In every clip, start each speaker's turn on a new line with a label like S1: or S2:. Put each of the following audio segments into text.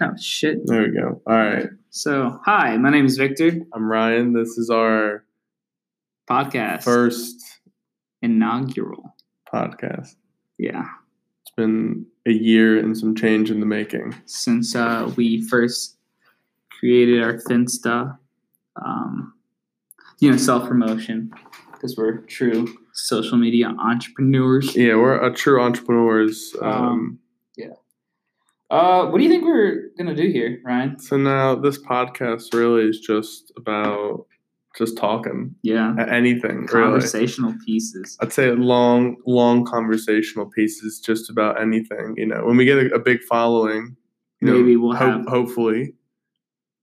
S1: Oh shit.
S2: There we go. All right.
S1: So hi, my name is Victor.
S2: I'm Ryan. This is our
S1: Podcast
S2: first
S1: inaugural.
S2: podcast.
S1: Yeah.
S2: It's been a year and some change in the making.
S1: Since uh, we first created our Finsta, um, you know, self promotion because we're true social media entrepreneurs.
S2: Yeah, we're a true entrepreneurs. Um,
S1: Um, Uh, what do you think we're gonna do here, Ryan?
S2: so now this podcast really is just about just talking
S1: Yeah.
S2: A- anything. Really.
S1: Conversational pieces.
S2: I'd say long, long conversational pieces just about anything. You know, when we get a, a big following, you know,
S1: Maybe we'll
S2: ho-
S1: have-
S2: hopefully,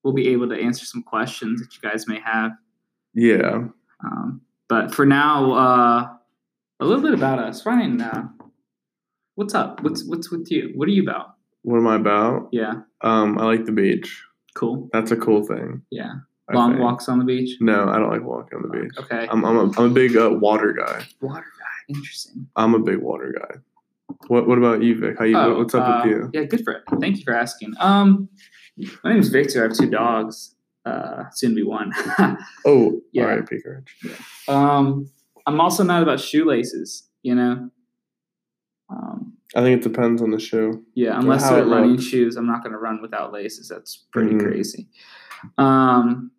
S1: We'll be able to answer some questions that you guys may have.
S2: yeah.
S1: Um, but for now, uh, a little bit about us, Ryan. Uh, what's up? What's what's with you? What are you about?
S2: What am I about?
S1: Yeah,
S2: Um, I like the beach.
S1: cool.
S2: That's a cool thing.
S1: Yeah,
S2: I
S1: long
S2: think.
S1: walks on the beach.
S2: No, I don't like walking on the beach.
S1: Okay,
S2: I'm I'm a, I'm a big uh, water guy.
S1: water guy. Interesting.
S2: I'm a big water guy. What What about you, Vic? How you? what- what's up
S1: uh,
S2: with you?
S1: Yeah, good for it. Thank you for asking. Um, my name is Victor. I have two dogs. Uh, soon to be one.
S2: Oh,
S1: yeah.
S2: all right, P. Courage.
S1: um, I'm also not about shoelaces. You know. Um,
S2: I think it depends on the shoe.
S1: Yeah, unless
S2: how
S1: they're
S2: it
S1: running
S2: looks.
S1: shoes, I'm not going to run without laces. That's pretty
S2: Mhm.
S1: crazy. Um,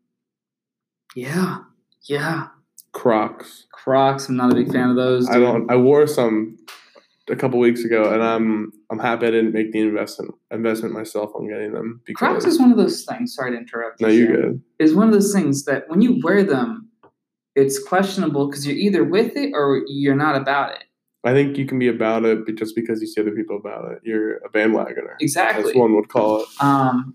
S1: yeah, yeah.
S2: Crocs.
S1: Crocs. I'm not a big fan of those.
S2: I
S1: dude.
S2: don't. I wore some a couple weeks ago, and I'm I'm happy I didn't make the investment investment myself on getting them. Because,
S1: Crocs is one of those things. Sorry to interrupt.
S2: no, you're
S1: Shan.
S2: good.
S1: Is one of those things that when you wear them, it's questionable because you're either with it or you're not about it.
S2: I think you can be about it, but just because you see other people about it, you're a bandwagoner.
S1: Exactly.
S2: As one would call it.
S1: Um,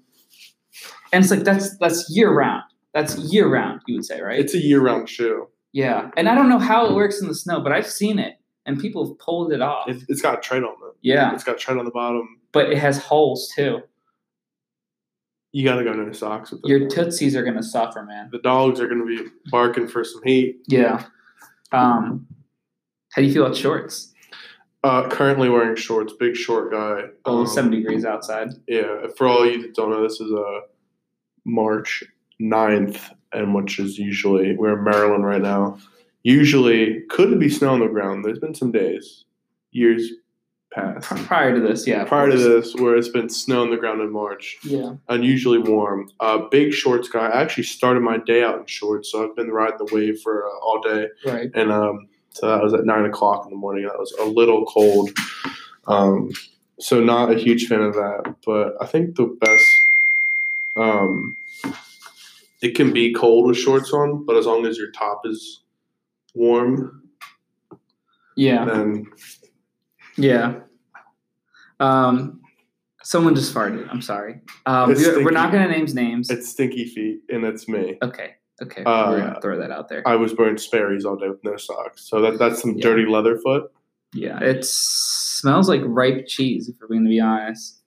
S1: and it's like that's that's year round. That's year round. You would say, right?
S2: It's a year-round shoe.
S1: yeah. And I don't know how it works in the snow, but I've seen it, and people have pulled it off.
S2: It's, it's got tread on it.
S1: Yeah,
S2: It's got tread on the bottom.
S1: but it has holes too.
S2: You gotta go no socks with it.
S1: Your tootsies are gonna suffer, man.
S2: the dogs are gonna be barking for some heat.
S1: Yeah. Um, how do you feel about shorts?
S2: Uh, currently wearing shorts, big short guy.
S1: Oh,
S2: Um,
S1: it's seven degrees outside.
S2: Yeah, for all you that don't know, this is uh, March 9th, and which is usually, we're in Maryland right now. Usually, could be snow on the ground. There's been some days, years past,
S1: P- Prior to this, yeah. of
S2: prior to
S1: course.
S2: this, where it's been snow on the ground in March.
S1: Yeah.
S2: Unusually warm. Uh, big shorts guy. I actually started my day out in shorts, so I've been riding the wave for uh, all day.
S1: Right.
S2: and um, so that was at nine o'clock in the morning. That was a little cold, um, so not a huge fan of that. But I think the best, um, it can be cold with shorts on, but as long as your top is warm,
S1: Yeah.
S2: then
S1: Yeah. Um, someone just farted. I'm sorry. Um,
S2: It's
S1: we're, we're not
S2: stinky.
S1: gonna name names.
S2: it's stinky feet, and it's me.
S1: okay. Okay.
S2: Uh,
S1: we're gonna throw that out there.
S2: I was wearing Sperry's all day with no socks, so that that's some
S1: Yeah.
S2: dirty leather foot.
S1: yeah. It smells like ripe cheese. If we're going to be honest.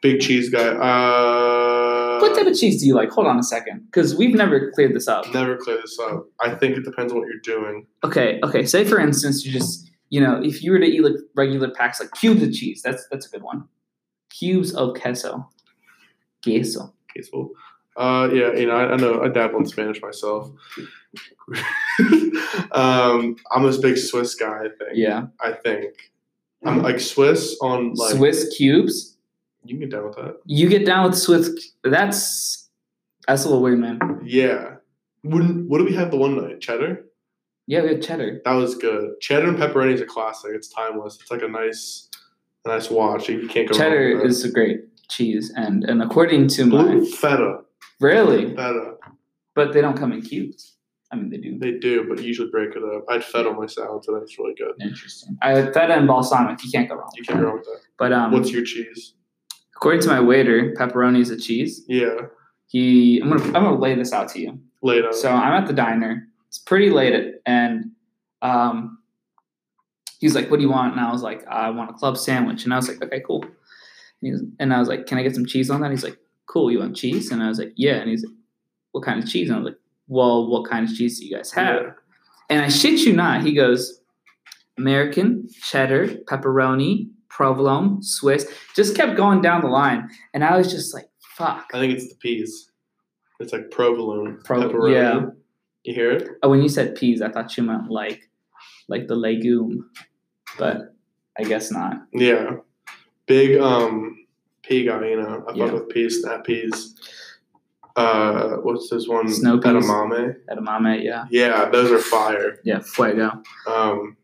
S2: Big cheese guy. Uh,
S1: what type of cheese do you like? Hold on a second, because we've never cleared this up.
S2: Never clear this up. I think it depends on what you're doing.
S1: okay okay say for instance you just you know if you were to eat like regular packs like cubes of cheese that's that's a good one cubes of queso queso
S2: Caseful. Uh, yeah, you know, I, I know I dabble in Spanish myself. um, I'm this big Swiss guy. I think.
S1: yeah
S2: I think I'm like Swiss on like.
S1: swiss cubes
S2: You can get down with that.
S1: you get down with swiss that's that's a little weird man
S2: Yeah. Wouldn't, what did we have the one night? Cheddar.
S1: yeah we have cheddar
S2: That was good. Cheddar and pepperoni is a classic. It's timeless. It's like a nice, a nice watch. You can't go. wrong
S1: cheddar
S2: with
S1: is a great cheese and and according to
S2: that.
S1: my
S2: blue feta.
S1: really
S2: Feta.
S1: but they don't come in cubes i mean they do
S2: They do, but usually break it up. I had feta on my salad today. It's really good.
S1: interesting i had feta and balsamic you can't go wrong
S2: You can't go wrong with that.
S1: but um
S2: What's your cheese?
S1: according to my waiter pepperoni is a cheese
S2: Yeah.
S1: he I'm gonna I'm gonna lay this out to you.
S2: Later.
S1: So I'm at the diner. It's pretty late at, and um he's like, What do you want? And I was like, I want a club sandwich. And I was like, Okay, cool. And, he was, and I was like, Can I get some cheese on that? He's like, Cool, you want cheese? And I was like, Yeah. And he's like, What kind of cheese? And I was like, Well, what kind of cheese do you guys have?
S2: Yeah.
S1: And I shit you not, he goes, American, cheddar, pepperoni, provolone, Swiss. Just kept going down the line, and I was just like, "Fuck."
S2: I think it's the peas. It's like provolone,
S1: Pro-
S2: pepperoni.
S1: yeah.
S2: You hear it?
S1: Oh, when you said peas, I thought you meant like, like the legume, but I guess not.
S2: Yeah. Big um pea guy, you know. I
S1: Yeah.
S2: fuck with peas, snap peas. Uh what's this one?
S1: Snow peas.
S2: Edamame.
S1: Edamame, yeah,
S2: Yeah, those are fire.
S1: yeah, fuego.
S2: Um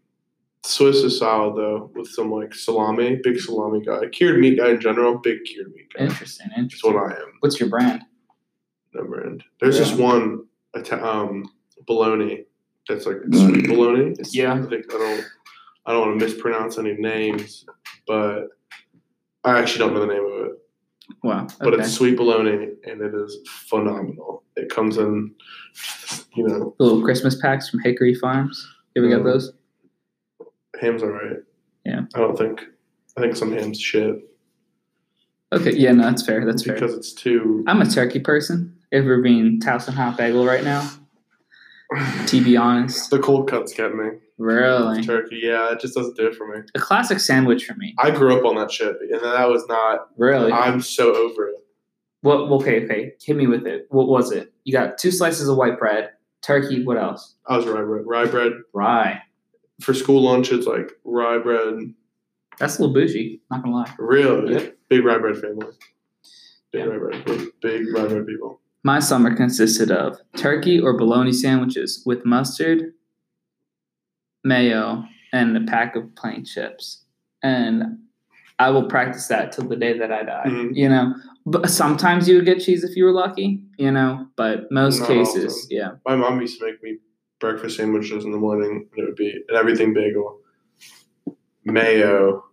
S2: Swiss is solid though, with some like salami, big salami guy. Cured meat guy in general, big cured meat guy.
S1: Interesting,
S2: That's
S1: interesting.
S2: what I am,
S1: What's your brand?
S2: number end. There's this
S1: Yeah.
S2: one Ita- um bologna that's like sweet bologna. It's-
S1: Mm. Yeah.
S2: I think I don't I don't want to mispronounce any names, but I actually don't know the name of it.
S1: Wow, okay.
S2: but it's sweet bologna and it is phenomenal. It comes in, you know,
S1: The little Christmas packs from Hickory Farms. You ever
S2: Mm.
S1: got those?
S2: ham's all right.
S1: Yeah.
S2: I don't think. I think some ham's shit
S1: Okay, yeah, no, that's fair. That's fair.
S2: because it's too.
S1: I'm a turkey person. If we're being Towson hot bagel right now, to be honest,
S2: The cold cuts get me.
S1: really,
S2: Turkey, yeah, it just doesn't do it for me.
S1: a classic sandwich for me.
S2: I grew up on that shit, and that was not.
S1: Really,
S2: I'm so over it.
S1: what? Okay, okay, hit me with it. What was it? You got two slices of white bread, turkey. What else?
S2: I was rye bread. Rye bread
S1: Rye.
S2: for school lunch. It's like rye bread.
S1: That's a little bougie. Not gonna lie.
S2: Really,
S1: Yep.
S2: big rye bread family. Big
S1: Yeah.
S2: rye bread. Big rye bread people.
S1: My summer consisted of turkey or bologna sandwiches with mustard, mayo, and a pack of plain chips. And I will practice that till the day that I die.
S2: Mhm.
S1: You know, but sometimes you would get cheese if you were lucky. You know, but most
S2: Not
S1: cases,
S2: often.
S1: yeah.
S2: My mom used to make me breakfast sandwiches in the morning, and it would be an everything bagel, mayo,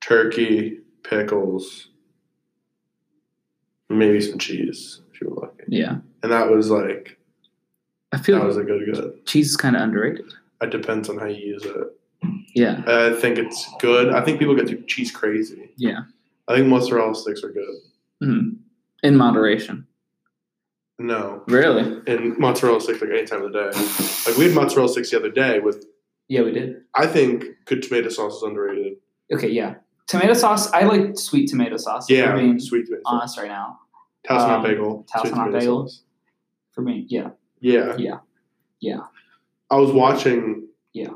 S2: turkey, pickles, maybe some cheese if you were lucky.
S1: Yeah,
S2: And that was like
S1: I feel
S2: that
S1: like
S2: was a good good.
S1: cheese is kind of underrated.
S2: It depends on how you use it.
S1: Yeah,
S2: I think it's good. I think people get too cheese crazy.
S1: yeah,
S2: I think mozzarella sticks are good.
S1: Mhm. in moderation.
S2: No,
S1: Really?
S2: and mozzarella sticks like any time of the day. Like we had mozzarella sticks the other day with.
S1: Yeah, we did.
S2: I think good tomato sauce is underrated.
S1: Okay, yeah. Tomato sauce. I like sweet tomato sauce. if
S2: Yeah,
S1: we're being
S2: sweet tomato. sauce.
S1: honest right now.
S2: Towson
S1: Um,
S2: hot bagel.
S1: Towson
S2: sweet
S1: hot
S2: tomato
S1: bagel.
S2: sauce.
S1: For me, yeah.
S2: Yeah.
S1: Yeah. Yeah.
S2: I was watching.
S1: Yeah.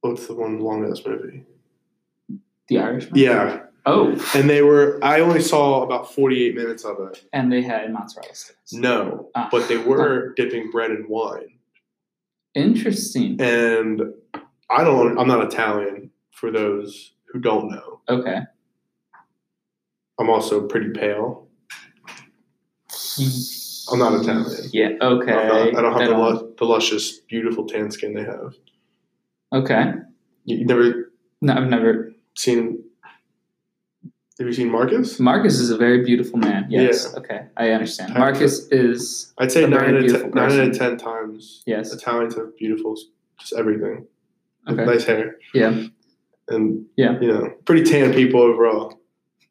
S2: What's the one long ass movie?
S1: The Irishman.
S2: Yeah,
S1: Oh,
S2: and they were. I only saw about forty-eight minutes of it.
S1: and they had mozzarella sticks.
S2: No,
S1: Ah.
S2: Mm, but they were dipping bread in wine,
S1: Interesting.
S2: and I don't. I'm not Italian. For those who don't know,
S1: Okay.
S2: I'm also pretty pale. I'm not Italian.
S1: Yeah. Okay.
S2: I'm not, I don't have
S1: That
S2: the, lu- the luscious, beautiful tan skin they have.
S1: Okay.
S2: You, you've never
S1: No, I've never.
S2: seen. Have you seen Marcus?
S1: Marcus is a very beautiful man. Yes. Okay. I understand.
S2: Type
S1: Marcus is
S2: I'd say
S1: A very
S2: nine out, of ten,
S1: beautiful
S2: nine out of
S1: person.
S2: ten times
S1: yes.
S2: Italians have beautiful, just everything.
S1: Okay.
S2: Nice hair.
S1: Yeah.
S2: And,
S1: Yeah.
S2: you know, pretty tan people overall,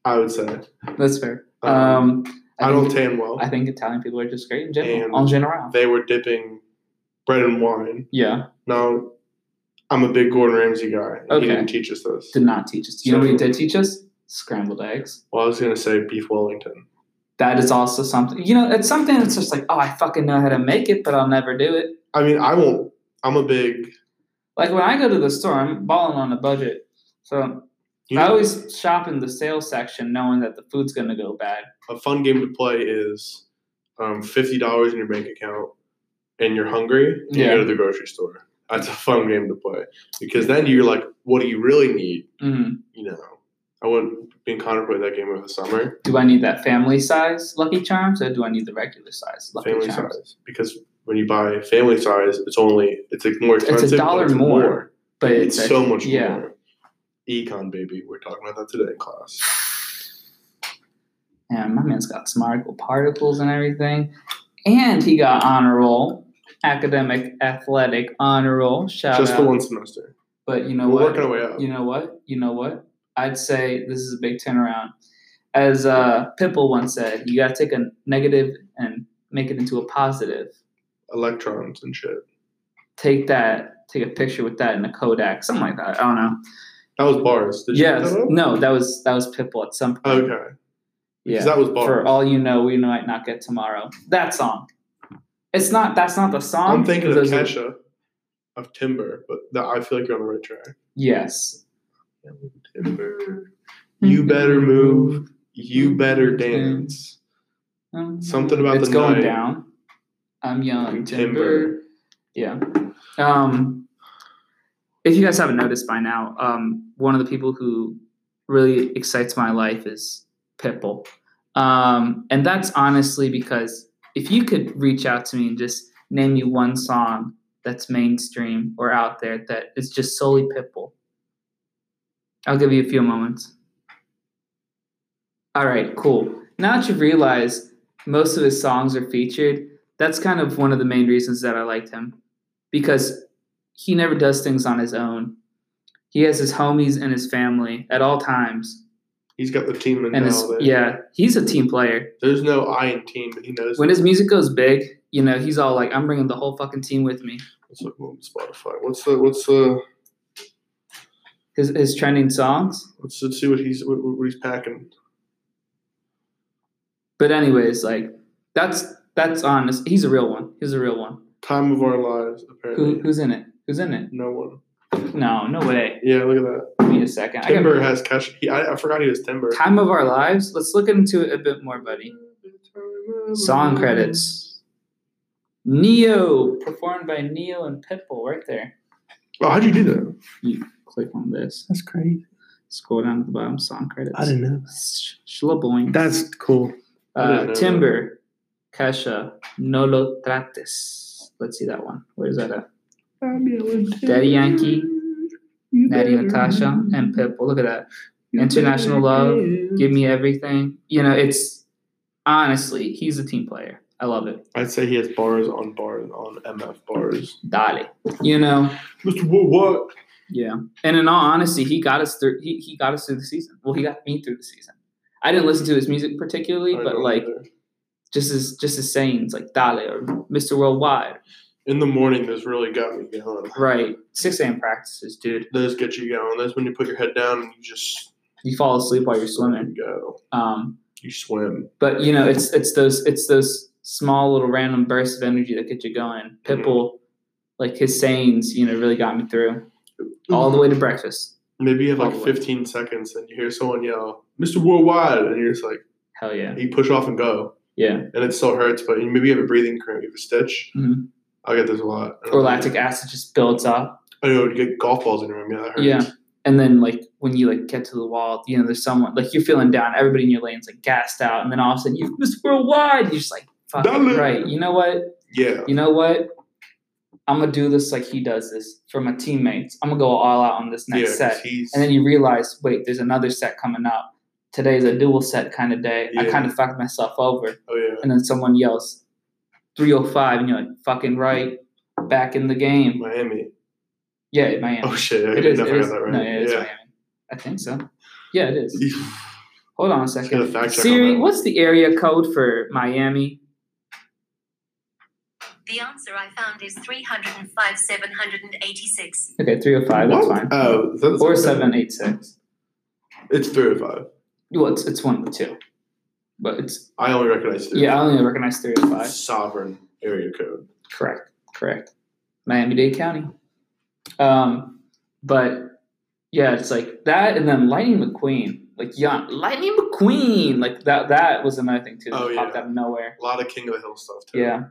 S2: I would say.
S1: That's fair.
S2: Um,
S1: Um,
S2: I, don't
S1: Think,
S2: tan well.
S1: I think Italian people are just great in
S2: And-
S1: general. En general.
S2: they were dipping bread and wine.
S1: Yeah.
S2: Now, I'm a big Gordon Ramsay guy. and
S1: Okay.
S2: He didn't teach us this.
S1: Did not teach us. You know
S2: So-
S1: what he did teach us? Scrambled eggs.
S2: Well, I was going to say beef Wellington.
S1: that is also something you know it's something that's just like oh i fucking know how to make it but i'll never do it
S2: I mean, I won't. I'm a big.
S1: like when i go to the store i'm balling on a budget so
S2: You
S1: i
S2: know,
S1: always shop in the sales section knowing that the food's going to go bad
S2: a fun game to play is um, fifty dollars in your bank account, and you're hungry, and
S1: Yeah.
S2: you go to the grocery store. That's a fun game to play because then you're like, what do you really need?
S1: mm,
S2: You know, I went been contemplating that game over the summer,
S1: do i need that family size lucky charms or do i need the regular size lucky
S2: family
S1: charms
S2: size, because when you buy family size, it's only it's like more expensive. but
S1: dollar
S2: it's
S1: more, but
S2: It's,
S1: it's, a-
S2: so much
S1: yeah
S2: more. Econ baby, we're talking about that today in class.
S1: yeah my man's got some article particles and everything and he got honor roll academic athletic honor roll shout
S2: Just
S1: out
S2: for one semester,
S1: but you know
S2: we're
S1: what
S2: working our way up.
S1: you know what? You know what? I'd say this is a big turnaround. As uh, Pimple once said, you got to take a negative and make it into a positive.
S2: Electrons and shit.
S1: Take that, take a picture with that in a Kodak, something like that. I don't know.
S2: That was bars. Did you
S1: yes.
S2: pick that up?
S1: no, that was that was Pitbull at some point.
S2: Okay.
S1: yeah.
S2: Because that was bars.
S1: For all you know, we might not get tomorrow. That song. It's not. That's not the song.
S2: I'm thinking of
S1: Those are-
S2: Kesha, of Timber, but that, I feel like you're on the right track.
S1: Yes.
S2: Timber,
S1: Hmm.
S2: Hmm. you better move, you better dance.
S1: Um,
S2: Something about
S1: it's
S2: the
S1: going
S2: night.
S1: down. I'm young
S2: Timber.
S1: timber. Yeah. Um, if you guys haven't noticed by now, um, one of the people who really excites my life is Pitbull. Um, and that's honestly because if you could reach out to me and just name me one song that's mainstream or out there that is just solely Pitbull, I'll give you a few moments. All right, cool. Now that you've realized most of his songs are featured, that's kind of one of the main reasons that I liked him because he never does things on his own. He has his homies and his family at all times.
S2: He's got the team
S1: And his,
S2: mentality.
S1: yeah, he's a team player.
S2: There's no I in team, but he knows.
S1: When
S2: it.
S1: his music goes big, you know, he's all like, I'm bringing the whole fucking team with me.
S2: Let's look on Spotify. What's the what's the
S1: His, his trending songs.
S2: let's, let's see what he's what, what he's packing.
S1: But, anyways, like, that's that's honest. He's a real one. He's a real one.
S2: Time of our lives,
S1: Who,
S2: apparently.
S1: who's in it? Who's in it?
S2: No one.
S1: No, no way.
S2: Yeah, look at that.
S1: Give me a second. I
S2: Timber
S1: got-
S2: has Kesha. He, I, I forgot he was Timber.
S1: Time of Our Lives. Let's look into it a bit more, buddy. Song credits. Neo, performed by Neo and Pitbull, right there.
S2: Oh, how'd you do that?
S1: Click on this.
S2: That's crazy.
S1: Scroll down to the bottom. Song credits.
S2: know.
S1: Sh- Shloboing.
S2: cool. I didn't
S1: uh,
S2: know
S1: Timber, Kesha, No Lo Trates. Let's see that one. Where is that at? Daddy Yankee, Natty Natasha, and Pitbull. Look at that. International Love, Give me everything. You know, it's honestly, he's a team player. I love it.
S2: I'd say he has bars on bars on MF bars.
S1: Dale. You know,
S2: Mr. Wo- What?
S1: Yeah, and in all honesty, he got us through. He, he got us through the season. Well, he got me through the season. I didn't listen to his music particularly,
S2: I
S1: but
S2: don't
S1: like
S2: either.
S1: just his just his sayings, like Dale or Mr. Worldwide,
S2: in the morning, those really got me going.
S1: right? Six a.m. practices, dude.
S2: Those get you going. That's when you put your head down and you just
S1: You fall asleep while you're swimming.
S2: go.
S1: Um,
S2: You swim.
S1: but you know, it's it's those it's those small little random bursts of energy that get you going. Pitbull, like his sayings, you know, really got me through all
S2: Mm-hmm.
S1: the way to breakfast.
S2: Maybe you have like
S1: all the way.
S2: 15 seconds and you hear someone yell, "Mr. Worldwide," and you're just like,
S1: Hell yeah,
S2: you push off and go,
S1: yeah.
S2: and it still hurts. But maybe you have a breathing cramp, you have a stitch.
S1: Mhm.
S2: I get those a lot.
S1: Or lactic acid just builds up.
S2: I know you get golf balls in your room. Yeah, that hurts.
S1: Yeah. And then like when you like get to the wall, you know, there's someone like you're feeling down, everybody in your lane's like gassed out, and then all of a sudden you miss worldwide. You're just like, fuck
S2: Dollar.
S1: right. You know what?
S2: Yeah.
S1: You know what? I'm gonna do this like he does this for my teammates. I'm gonna go all out on this
S2: yeah.
S1: next
S2: 'cause
S1: set.
S2: He's,
S1: And then you realize, wait, there's another set coming up. Today's a dual set kind of day. I
S2: Yeah.
S1: kind of fucked myself over.
S2: oh yeah.
S1: And then someone yells, 305, and you're like, fucking right, back in the game.
S2: Miami.
S1: Yeah, Miami.
S2: Oh shit! I
S1: It is. It
S2: definitely
S1: is.
S2: got that right.
S1: No, yeah, it's
S2: yeah.
S1: Miami. I think so. Yeah, it is.
S2: You-
S1: Hold on a
S2: gotta
S1: second.
S2: fact check on
S1: Siri,
S2: that.
S1: what's the area code for Miami?
S3: The answer I found is 305 786.
S1: Okay, 305, that's
S2: What?
S1: fine.
S2: Oh, that's
S1: or 786.
S2: It's three or five.
S1: Well, it's, it's one of the two. But it's,
S2: I only recognize three.
S1: yeah, I only recognize 305.
S2: Sovereign area code.
S1: Correct, correct. Miami Dade County. Um, but yeah, it's like that, and then Lightning McQueen, like young Lightning McQueen, like that. That was another thing too. that
S2: Oh, yeah.
S1: popped out of nowhere.
S2: A lot of King of the Hill stuff too.
S1: Yeah.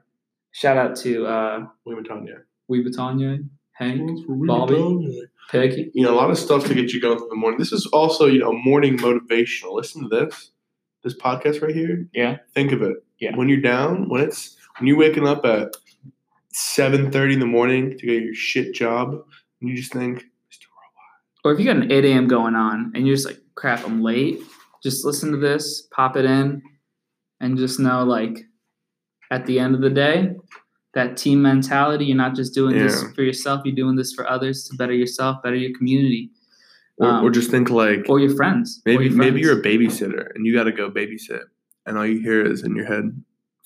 S1: Shout out to uh,
S2: William Tanya.
S1: Weeba Tanya, Hank, Bobby.
S2: Mm-hmm.
S1: Peggy.
S2: You know, a lot of stuff to get you going for the morning. This is also, you know, morning motivational. Listen to this. This podcast right here.
S1: Yeah.
S2: Think of it.
S1: Yeah.
S2: When you're down, when it's when you're waking up at seven thirty in the morning to go to your shit job, and you just think,
S1: or if you got an 8 a.m. going on and you're just like, crap, I'm late, just listen to this, pop it in, and just know like at the end of the day, that team mentality, you're not just doing this
S2: Yeah.
S1: for yourself, you're doing this for others to better yourself, better your community,
S2: or,
S1: Um,
S2: or just think like
S1: or your friends. or
S2: Maybe
S1: your
S2: maybe
S1: friends.
S2: you're a babysitter and you got to go babysit, and all you hear is in your head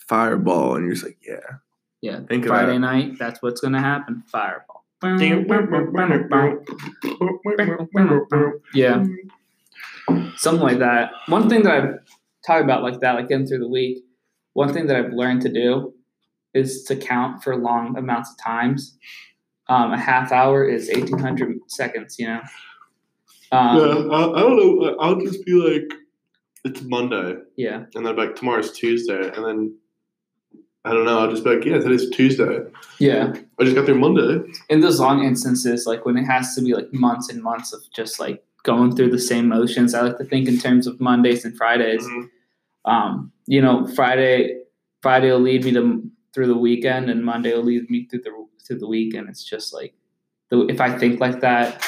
S2: fireball, and you're just like, yeah,
S1: Yeah,
S2: think of
S1: Friday
S2: that.
S1: night, that's what's gonna happen. Fireball. Yeah. Something like that. One thing that I've talked about like that, like getting through the week, one thing that I've learned to do is to count for long amounts of times. Um, a half hour is 1800 seconds, you know? Um,
S2: yeah, I, I don't know. I'll just be like, it's Monday,
S1: yeah.
S2: and then like tomorrow's Tuesday, and then I don't know. I'll just be like, yeah, today's Tuesday.
S1: Yeah.
S2: I just got through Monday.
S1: In those long instances, like when it has to be like months and months of just like going through the same motions, I like to think in terms of Mondays and Fridays.
S2: Mhm.
S1: Um, you know, Friday, Friday will lead me to through the weekend, and Monday will lead me through the through the week, and it's just like, the, if I think like that,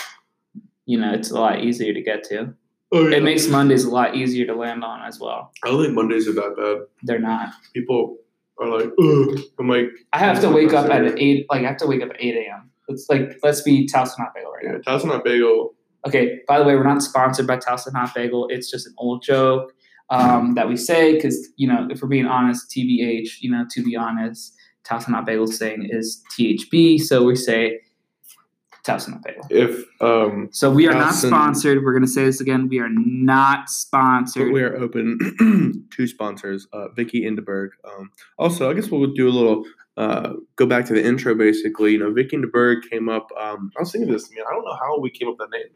S1: you know, it's a lot easier to get to.
S2: Oh, yeah.
S1: It makes Mondays a lot easier to land on as well.
S2: I don't think Mondays are that bad.
S1: They're not.
S2: People are like, Ugh. I'm like,
S1: I have to wake up at eight. Like I have to wake up at eight a.m. It's like let's be Towson Hot Bagel right now.
S2: yeah, that's not bagel.
S1: Okay, by the way, we're not sponsored by Towson Hot Bagel. It's just an old joke um, that we say because, you know, if we're being honest, TBH, you know, to be honest, Towson Hot Bagel's saying is THB, so we say Towson Hot Bagel.
S2: If um,
S1: So we are not
S2: Towson-
S1: sponsored. We're going to say this again. We are not
S2: but
S1: sponsored.
S2: we are open to sponsors, uh, Vicky Indeberg. Um, also, I guess we'll do a little uh, go back to the intro. Basically, you know, Vicky Indeberg came up. Um, I was thinking this. I mean, I don't know how we came up with that name.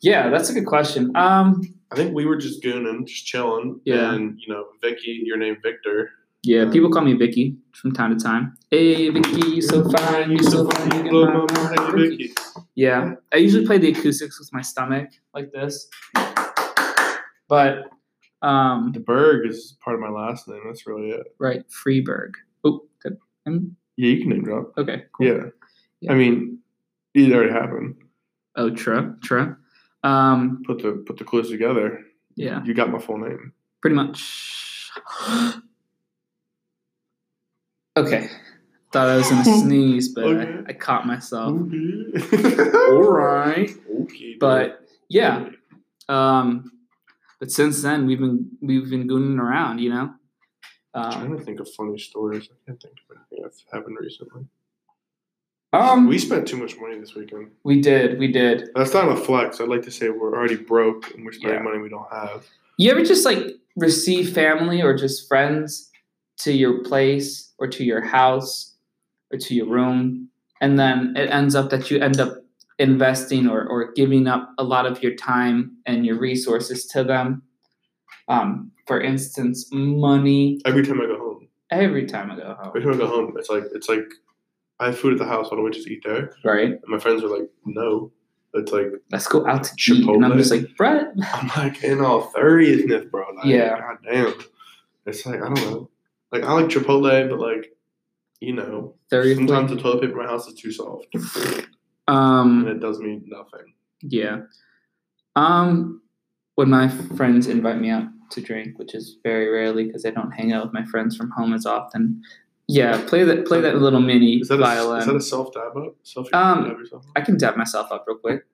S1: yeah, that's a good question. Um,
S2: I think we were just gooning, just chilling.
S1: Yeah.
S2: And you know, Vicky, your name Victor.
S1: yeah, people call me Vicky from time to time. Hey, Vicky, you so fine. You so fine. you
S2: Blow
S1: my
S2: my mind,
S1: mind, Vicky.
S2: Vicky.
S1: Yeah, I usually play the acoustics with my stomach like this, but um,
S2: The Berg is part of my last name. That's really it.
S1: right, Freeberg. Oh, did- um,
S2: Yeah, you can name drop.
S1: okay, cool.
S2: Yeah.
S1: Yeah.
S2: I mean, it already happened.
S1: Oh, true, true. Um,
S2: Put the put the clues together.
S1: yeah,
S2: You got my full name.
S1: pretty much. okay, thought I was gonna sneeze, but
S2: Okay. Mm-hmm.
S1: I, I caught myself.
S2: Okay.
S1: Um, All right,
S2: okay.
S1: but yeah,
S2: dude.
S1: um, but since then we've been we've been gooning around, you know.
S2: I'm
S1: Um,
S2: trying to think of funny stories. I can't think of anything that's happened recently.
S1: um,
S2: We spent too much money this weekend.
S1: we did, we did.
S2: That's not a flex. I'd like to say we're already broke and we're spending
S1: Yeah.
S2: money we don't have.
S1: You ever just like receive family or just friends to your place or to your house or to your room, and then it ends up that you end up investing or, or giving up a lot of your time and your resources to them. Um, for instance, money.
S2: Every time I go home,
S1: Every time I go home,
S2: every time I go home, it's like it's like I have food at the house. Why don't we just eat there?
S1: right?
S2: And my friends were like, "No." It's like
S1: Let's go out to eat, and I'm
S2: Chipotle.
S1: just like, Brett.
S2: I'm like in all seriousness, bro. Like,
S1: Yeah.
S2: God damn. It's like I don't know. Like I like Chipotle, but like you know, sometimes the
S1: Thirty.
S2: toilet paper in my house is too soft,
S1: Mm-hmm.
S2: and
S1: Um.
S2: it does me nothing.
S1: Yeah. Um, when my friends invite me out to drink, which is very rarely because I don't hang out with my friends from home as often. Yeah, play that play that little mini
S2: Is that a,
S1: violin.
S2: is that a self dab up? Self
S1: Um,
S2: dab yourself?
S1: I can dab myself up real quick.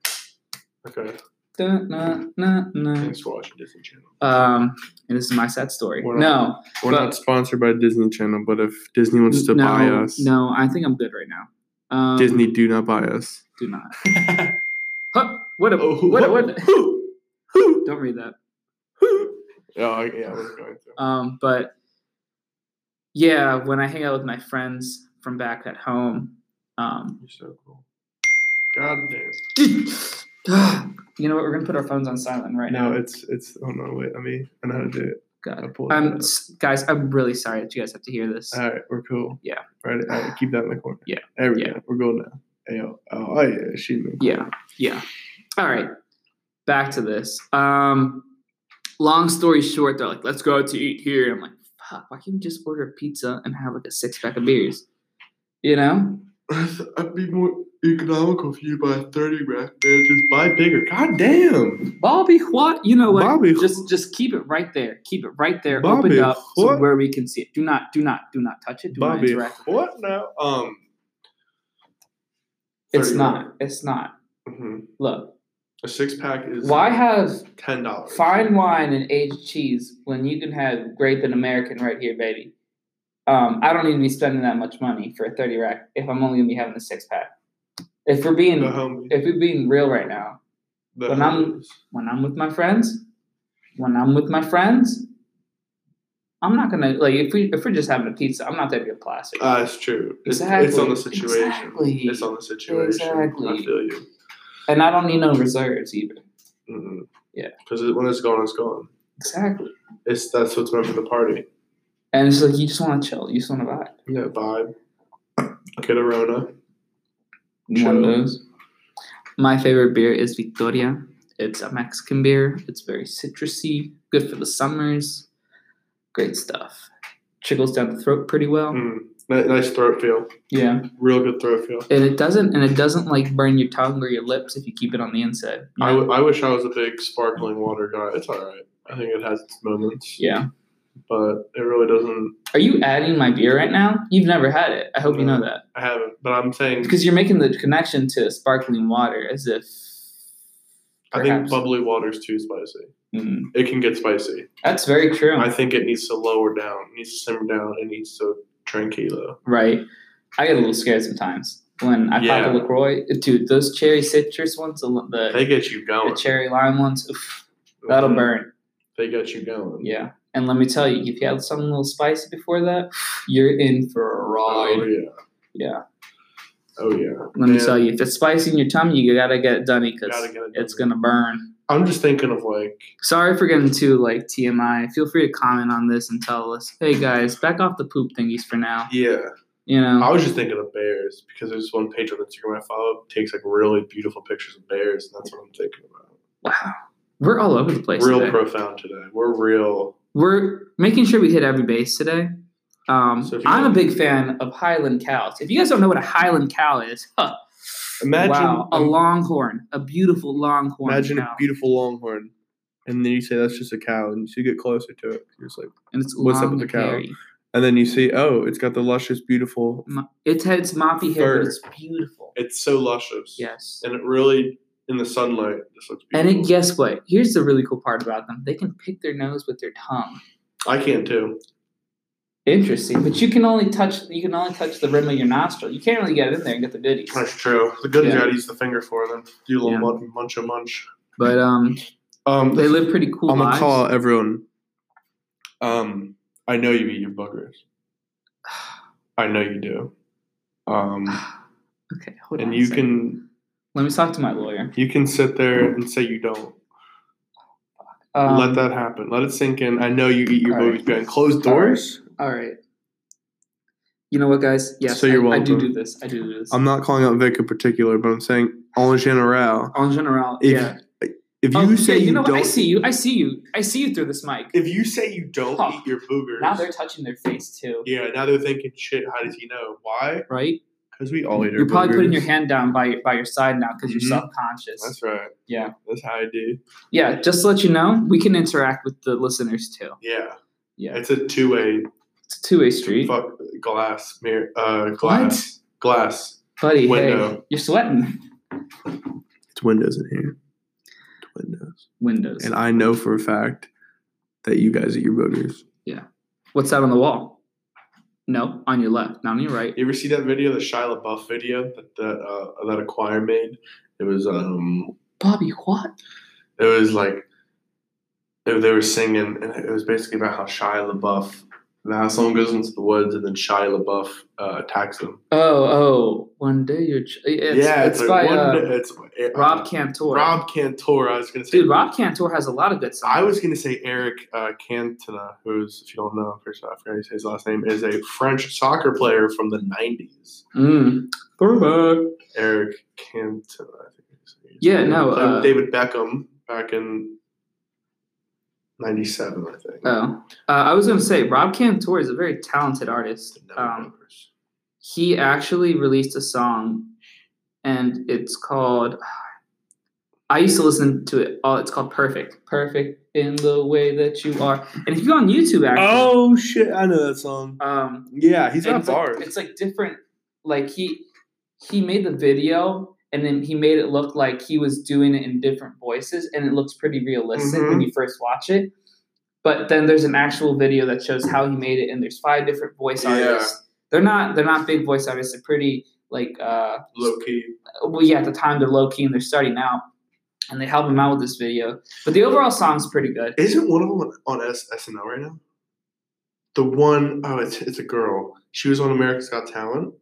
S2: up? Okay.
S1: Dun, nah, nah, nah.
S2: Thanks for watching Disney Channel.
S1: Um, and this is my sad story.
S2: We're
S1: No,
S2: We're
S1: But-
S2: not sponsored by Disney Channel, but if Disney wants to
S1: no,
S2: buy us,
S1: no. I think I'm good right now. Um,
S2: Disney do not buy us.
S1: do not. Huh, what a
S2: Oh,
S1: what a, what? a- Don't read that.
S2: yeah, Oh, I, yeah, I was going to.
S1: Um, but yeah, when I hang out with my friends from back at home, um,
S2: You're so cool. God damn.
S1: you know what? We're gonna put our phones on silent right now.
S2: No, it's it's. Oh no, wait. I mean, I know how to do it.
S1: God.
S2: I pulled
S1: I'm
S2: it up.
S1: Um, s- guys. I'm really sorry that you guys have to hear this.
S2: All right, we're cool.
S1: Yeah.
S2: All right, all right, keep that in the corner.
S1: Yeah.
S2: There we
S1: Yeah.
S2: go. We're going now. Hey, yo. Oh, oh, yeah, shoot me.
S1: yeah, yeah. All right, back to this. Um, long story short, they're like, "Let's go out to eat here." I'm like, "Fuck! Why can't we just order a pizza and have like a six pack of beers?" You know?
S2: I'd be more economical if you buy 30 rack, man. Just buy bigger. God damn.
S1: Bobby, what? You know what?
S2: Bobby Hua-
S1: just just keep it right there. Keep it right there.
S2: Bobby
S1: opened up so
S2: Hua-
S1: where we can see it. Do not, do not, do not touch it. Do not
S2: Bobby,
S1: interact. with it.
S2: what now? Um,
S1: It's
S2: 30 rack.
S1: not. It's not.
S2: Mhm.
S1: Look,
S2: A six pack is
S1: why have
S2: $10.
S1: fine wine and aged cheese when you can have grape and American right here, baby? Um, I don't need to be spending that much money for a thirty rack if I'm only gonna be having a six pack. If we're being
S2: The homies.
S1: if we're being real right now,
S2: The
S1: when I'm-
S2: homies.
S1: when I'm with my friends, when I'm with my friends, I'm not gonna like if we if we're just having a pizza, I'm not gonna be a plastic.
S2: Uh, it's true. It's, it's on the situation.
S1: Exactly.
S2: It's on the situation. I
S1: Exactly.
S2: feel you.
S1: and I don't need no reserves either.
S2: Mm-mm.
S1: Yeah.
S2: Because when it's gone, it's gone.
S1: Exactly.
S2: It's that's what's meant for the party.
S1: And it's like you just want to chill. You just want to vibe.
S2: Yeah, vibe. Get a Rona.
S1: You want
S2: Chill.
S1: those. My favorite beer is Victoria. It's a Mexican beer. It's very citrusy, good for the summers. Great stuff. Trickles down the throat pretty well.
S2: Mm. Ni- Nice throat feel.
S1: Yeah,
S2: Real good throat feel.
S1: and it doesn't and it doesn't like burn your tongue or your lips if you keep it on the inside.
S2: I, w- I wish I was a big sparkling water guy. It's all right. I think it has its moments,
S1: yeah.
S2: but it really doesn't.
S1: Are you adding my beer right now? You've never had it. I hope you know that
S2: I haven't, but I'm saying
S1: because you're making the connection to sparkling water as if.
S2: I think
S1: perhaps-
S2: bubbly water's too spicy.
S1: Mm,
S2: It can get spicy.
S1: that's very true.
S2: I think it needs to lower down. It needs to simmer down. It needs to tranquilo.
S1: right? I get a little scared sometimes when I
S2: Yeah.
S1: pop a Lacroix. Dude, those cherry citrus ones, the the,
S2: They get you
S1: the
S2: going.
S1: cherry lime ones, oof, that'll burn.
S2: They get you going.
S1: Yeah, and let me tell you, if you had something a little spicy before that, you're in for a
S2: Oh
S1: ride.
S2: yeah.
S1: Yeah.
S2: Oh yeah.
S1: Let me
S2: Man,
S1: tell you, if it's spicy in your tummy, you gotta get it done because
S2: Gotta get it
S1: it's
S2: done.
S1: gonna burn.
S2: I'm just thinking of like
S1: Sorry for getting too like TMI. Feel free to comment on this and tell us, hey guys, back off the poop thingies for now.
S2: yeah.
S1: You know,
S2: I was just thinking of bears because there's one page on Instagram I follow takes like really beautiful pictures of bears, and that's what I'm thinking about.
S1: wow, we're all over the place.
S2: real
S1: today.
S2: profound today. We're real.
S1: we're making sure we hit every base today. Um,
S2: So if you-
S1: I'm a big fan of Highland cows. If you guys don't know what a Highland cow is, huh,
S2: Imagine
S1: wow, a
S2: um,
S1: longhorn, a beautiful longhorn
S2: imagine
S1: cow,
S2: a beautiful longhorn, and then you say that's just a cow, and you get closer to it. You're just like,
S1: and it's
S2: what's
S1: long
S2: up with
S1: and
S2: the cow?
S1: hairy.
S2: and then you see, oh, it's got the luscious, beautiful.
S1: Mo- It's had its moppy hair, but
S2: Fur.
S1: it's beautiful.
S2: It's so luscious.
S1: Yes.
S2: and it really in the sunlight this looks
S1: And
S2: beautiful.
S1: it, guess what? Here's the really cool part about them. They can pick their nose with their tongue.
S2: I can too.
S1: Interesting, but you can only touch you can only touch the rim of your nostril. You can't really get in there and get the goodies.
S2: That's true. The good
S1: Yeah.
S2: you gotta use the finger for them. Do a little
S1: Yeah.
S2: mun- munch a munch.
S1: But um,
S2: Um,
S1: they live pretty cool
S2: I'm gonna
S1: lives.
S2: call out everyone. Um, I know you eat your boogers. I know you do. Um,
S1: Okay, hold on.
S2: and
S1: a
S2: you
S1: second.
S2: can
S1: Let me talk to my lawyer.
S2: you can sit there and say you don't.
S1: Um,
S2: Let that happen. Let it sink in. I know you eat your
S1: alright.
S2: boogers behind closed doors.
S1: All right. You know what, guys? Yes,
S2: So you're
S1: I, I do
S2: welcome.
S1: do this. I do do this.
S2: I'm not calling out Vic in particular, but I'm saying en general.
S1: En general,
S2: If
S1: yeah.
S2: if you
S1: Oh,
S2: say
S1: yeah,
S2: you,
S1: you know what? I
S2: don't,
S1: see you. I see you. I see you through this mic.
S2: if you say you don't
S1: Huh.
S2: eat your boogers,
S1: Now they're touching their face too,
S2: yeah, now they're thinking shit. How does he know? Why?
S1: right?
S2: Because we all eat our
S1: You're probably putting your
S2: boogers.
S1: hand down by your, by your side now because
S2: Mhm.
S1: you're self conscious.
S2: That's right.
S1: Yeah.
S2: That's how I do.
S1: Yeah. Just to let you know, we can interact with the listeners too.
S2: Yeah.
S1: Yeah.
S2: It's a two way
S1: It's a two way street,
S2: Fuck glass mirror. Uh, glass. Glass.
S1: buddy. Hey,
S2: Window.
S1: you're sweating.
S2: It's windows in here. It's windows.
S1: Windows.
S2: And I know for a fact that you guys eat your boogers.
S1: What's that on the wall? No, on your left, not on your right.
S2: You ever see that video, the Shia LaBeouf video that that uh, that Acquire made? It was um,
S1: Bobby, what?
S2: it was like, they they were singing, and it was basically about how Shia LaBeouf, how someone goes into the woods and then Shia LaBeouf uh, attacks them.
S1: Oh, oh, one day you're. Ch- it's,
S2: yeah,
S1: it's,
S2: it's,
S1: by
S2: like one,
S1: uh,
S2: it's uh,
S1: Rob Cantor.
S2: Rob Cantor. I was gonna say
S1: Dude, Rob Cantor has a lot of good songs.
S2: I was going to say Eric uh, Cantona, who's, if you don't know, first off, I forgot his last name, is a French soccer player from the 90s.
S1: Mm. Throwback.
S2: Eric Cantona, I think. it's-
S1: Yeah, no,
S2: Played with
S1: uh,
S2: David Beckham back in 97, I think.
S1: Oh, uh, I was gonna say Rob Cantor is a very talented artist.
S2: The Never
S1: Um,
S2: Knows.
S1: he actually released a song, and it's called. I used to listen to it. all it's called "Perfect," "Perfect in the way that you are." And if you go on YouTube, actually,
S2: oh, shit. I know that song.
S1: um,
S2: Yeah, he's
S1: And
S2: got
S1: it's like-
S2: bars.
S1: it's like different. Like he he made the video and then he made it look like he was doing it in different voices, and it looks pretty realistic
S2: Mm-hmm.
S1: when you first watch it. But then there's an actual video that shows how he made it, and there's five different voice
S2: Yeah.
S1: artists. They're not they're not big voice artists. They're pretty like uh
S2: Low key.
S1: well yeah at the time they're low key and they're starting out and they help him out with this video but the overall song's pretty good
S2: Isn't one of them on- on S- SNL right now? The one oh, it's it's a girl. She was on America's Got Talent.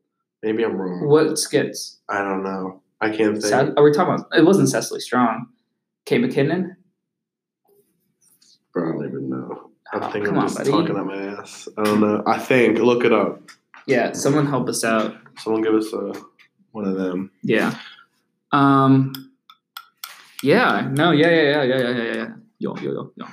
S2: Maybe I'm wrong.
S1: what skits
S2: I don't know. I can't think.
S1: Ce- are we talking about it wasn't cecily strong kate mckinnon
S2: Bro, I don't even know. I
S1: Oh,
S2: think
S1: come
S2: I'm
S1: on,
S2: just
S1: buddy.
S2: talking out my ass. I don't know. I think. Look it up.
S1: yeah someone help us out
S2: Someone give us a one of them.
S1: Yeah. Um. Yeah. No. Yeah. Yeah. Yeah. Yeah. Yeah. Yeah. yeah. Yo. Yo. Yo. Yo.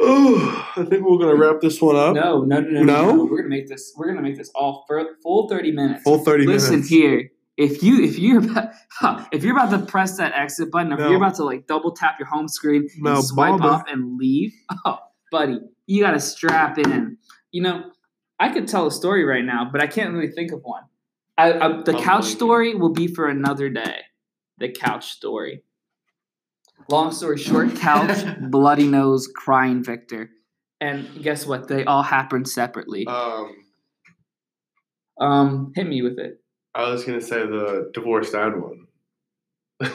S2: Oh, I think we're gonna wrap this one up.
S1: No. No. No. No.
S2: Oh. No?
S1: We're gonna make this. We're gonna make this all for full thirty minutes.
S2: Full thirty
S1: Listen
S2: minutes.
S1: here. If you if you're about, huh, if you're about to press that exit button, or if
S2: No.
S1: you're about to like double tap your home screen
S2: No,
S1: and swipe
S2: Baba.
S1: up and leave, oh, buddy, you gotta strap in. You know, I could tell a story right now, but I can't really think of one. I, I, the
S2: I'm
S1: couch
S2: blanking.
S1: story will be for another day. The couch story. Long story short, couch, bloody nose, crying Victor, and guess what? They all happened separately.
S2: Um,
S1: Um, hit me with it.
S2: I was gonna say the divorced dad one.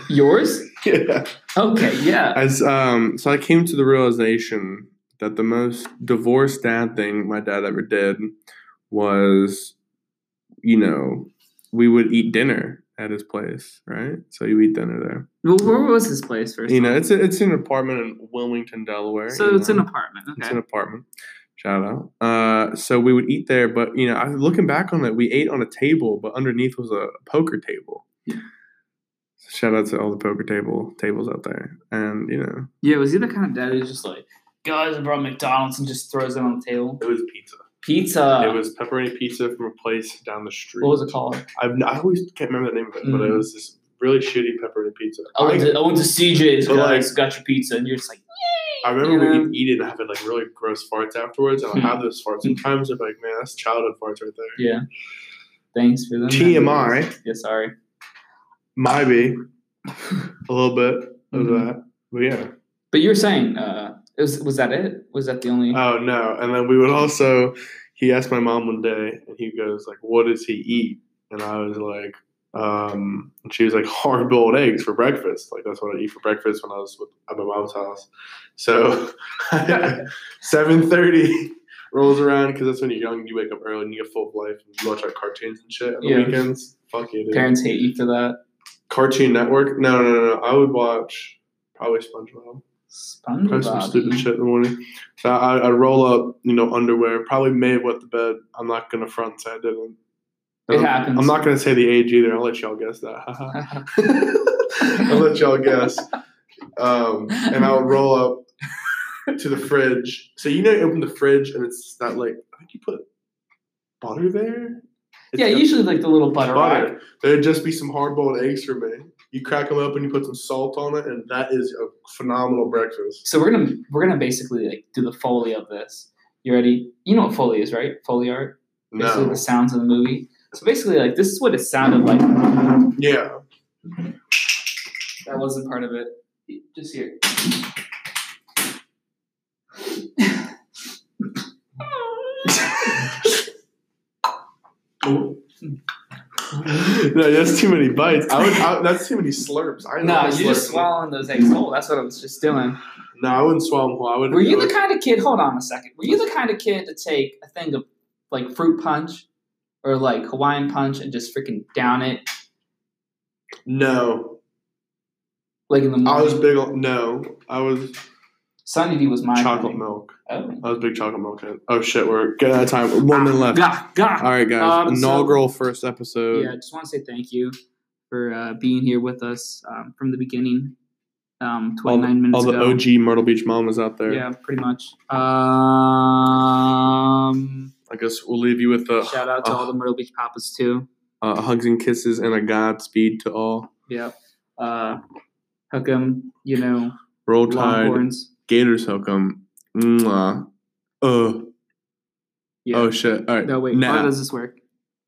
S1: Yours?
S2: yeah.
S1: Okay, yeah.
S2: As um, so I came to the realization that the most divorced dad thing my dad ever did was, you know, we would eat dinner at his place, right? So you eat dinner there.
S1: Well, where was his place first?
S2: You know, it's a, it's an apartment in Wilmington, Delaware.
S1: so
S2: you
S1: it's an
S2: know.
S1: apartment.
S2: It's
S1: Okay.
S2: an apartment. Shout out. Uh, so we would eat there, but you know, I looking back on it, we ate on a table, but underneath was a poker table.
S1: Yeah.
S2: Shout out to all the poker table tables out there, and you know,
S1: yeah, was he the kind of dad who's just like, guys, I brought McDonald's and just throws it on the table?
S2: it was pizza.
S1: Pizza.
S2: it was pepperoni pizza from a place down the street.
S1: Uh, what was it called?
S2: I've, I always can't remember the name of it, but it
S1: Mhm.
S2: was this really shitty pepperoni pizza.
S1: I went to, I went to CJ's,
S2: But, like-
S1: guys, got your pizza, and you're just like,
S2: I remember
S1: Yeah.
S2: we would eat it and having like really gross farts afterwards, and I'll have those farts.
S1: Mm.
S2: Sometimes I'm like, man, that's childhood farts right there.
S1: yeah. Thanks for the
S2: TMI.
S1: Yeah, sorry.
S2: Might be a little bit of
S1: Mhm.
S2: that, but yeah.
S1: But you were saying, uh, it was was that it? Was that the only?
S2: Oh no! And then we would also. He asked my mom one day, and he goes like, "What does he eat?" And I was like, um, and she was like, "Hard boiled eggs for breakfast." Like that's what I eat for breakfast when I was with, at my mom's house. So seven thirty rolls around because that's when you're young, you wake up early, and you get full of life, and you watch like cartoons and shit on the
S1: Yeah.
S2: weekends. Fuck you, dude.
S1: Parents hate you for that.
S2: Cartoon Network? No, no, no, no. I would watch probably SpongeBob. Probably some stupid
S1: SpongeBob.
S2: shit in the morning. So I, I roll up, you know, underwear. Probably may have wet the bed. I'm not gonna front and say I didn't.
S1: It
S2: I'm-
S1: happens.
S2: I'm not gonna say the age either. I'll let y'all guess that. I'll let y'all guess. Um, and I'll roll up to the fridge. So you know, you open the fridge and it's that like I think you put butter there. It's
S1: yeah,
S2: got
S1: usually like the little butter.
S2: butter.
S1: rock.
S2: There'd just be some hard boiled eggs for me. You crack them open, you put some salt on it, and that is a phenomenal breakfast.
S1: So we're gonna we're gonna basically like do the foley of this. You ready? You know what foley is, right? Foley art. Basically
S2: No.
S1: the sounds of the movie. So basically like this is what it sounded like.
S2: Yeah.
S1: That wasn't part of it. Just here.
S2: no, that's too many bites. I would. I, that's too many slurps. I
S1: No,
S2: love
S1: you're just
S2: slurping.
S1: swallowing those eggs whole. That's what I was just doing.
S2: No, I wouldn't swallow them whole. I would.
S1: Were you
S2: I
S1: the
S2: would-
S1: kind of kid hold on a second. Were you the kind of kid to take a thing of like fruit punch or like Hawaiian punch and just freaking down it
S2: No,
S1: like in the
S2: I was
S1: morning?
S2: big on. No, I was
S1: Sunny D was my
S2: chocolate
S1: thing.
S2: milk.
S1: Oh.
S2: I was big chocolate milk. head. Oh shit, we're good out of time. One minute left.
S1: Gah, gah.
S2: All right, guys.
S1: Um, so-
S2: inaugural first episode.
S1: yeah, I just want to say thank you for uh, being here with us um, from the beginning. Um,
S2: all
S1: 29
S2: the,
S1: minutes
S2: all the
S1: ago.
S2: OG Myrtle Beach mamas out there.
S1: Yeah, pretty much. Um,
S2: I guess we'll leave you with a,
S1: shout out to all the
S2: Ah.
S1: Myrtle Beach Papas too.
S2: uh, hugs and kisses and a Godspeed to all.
S1: Yeah. Uh, hook 'em, you know,
S2: Roll Tide,
S1: Longhorns.
S2: Gators hook 'em. Mwah. Uh.
S1: Yeah.
S2: Oh shit! All right.
S1: No, wait.
S2: Nap.
S1: How does this work?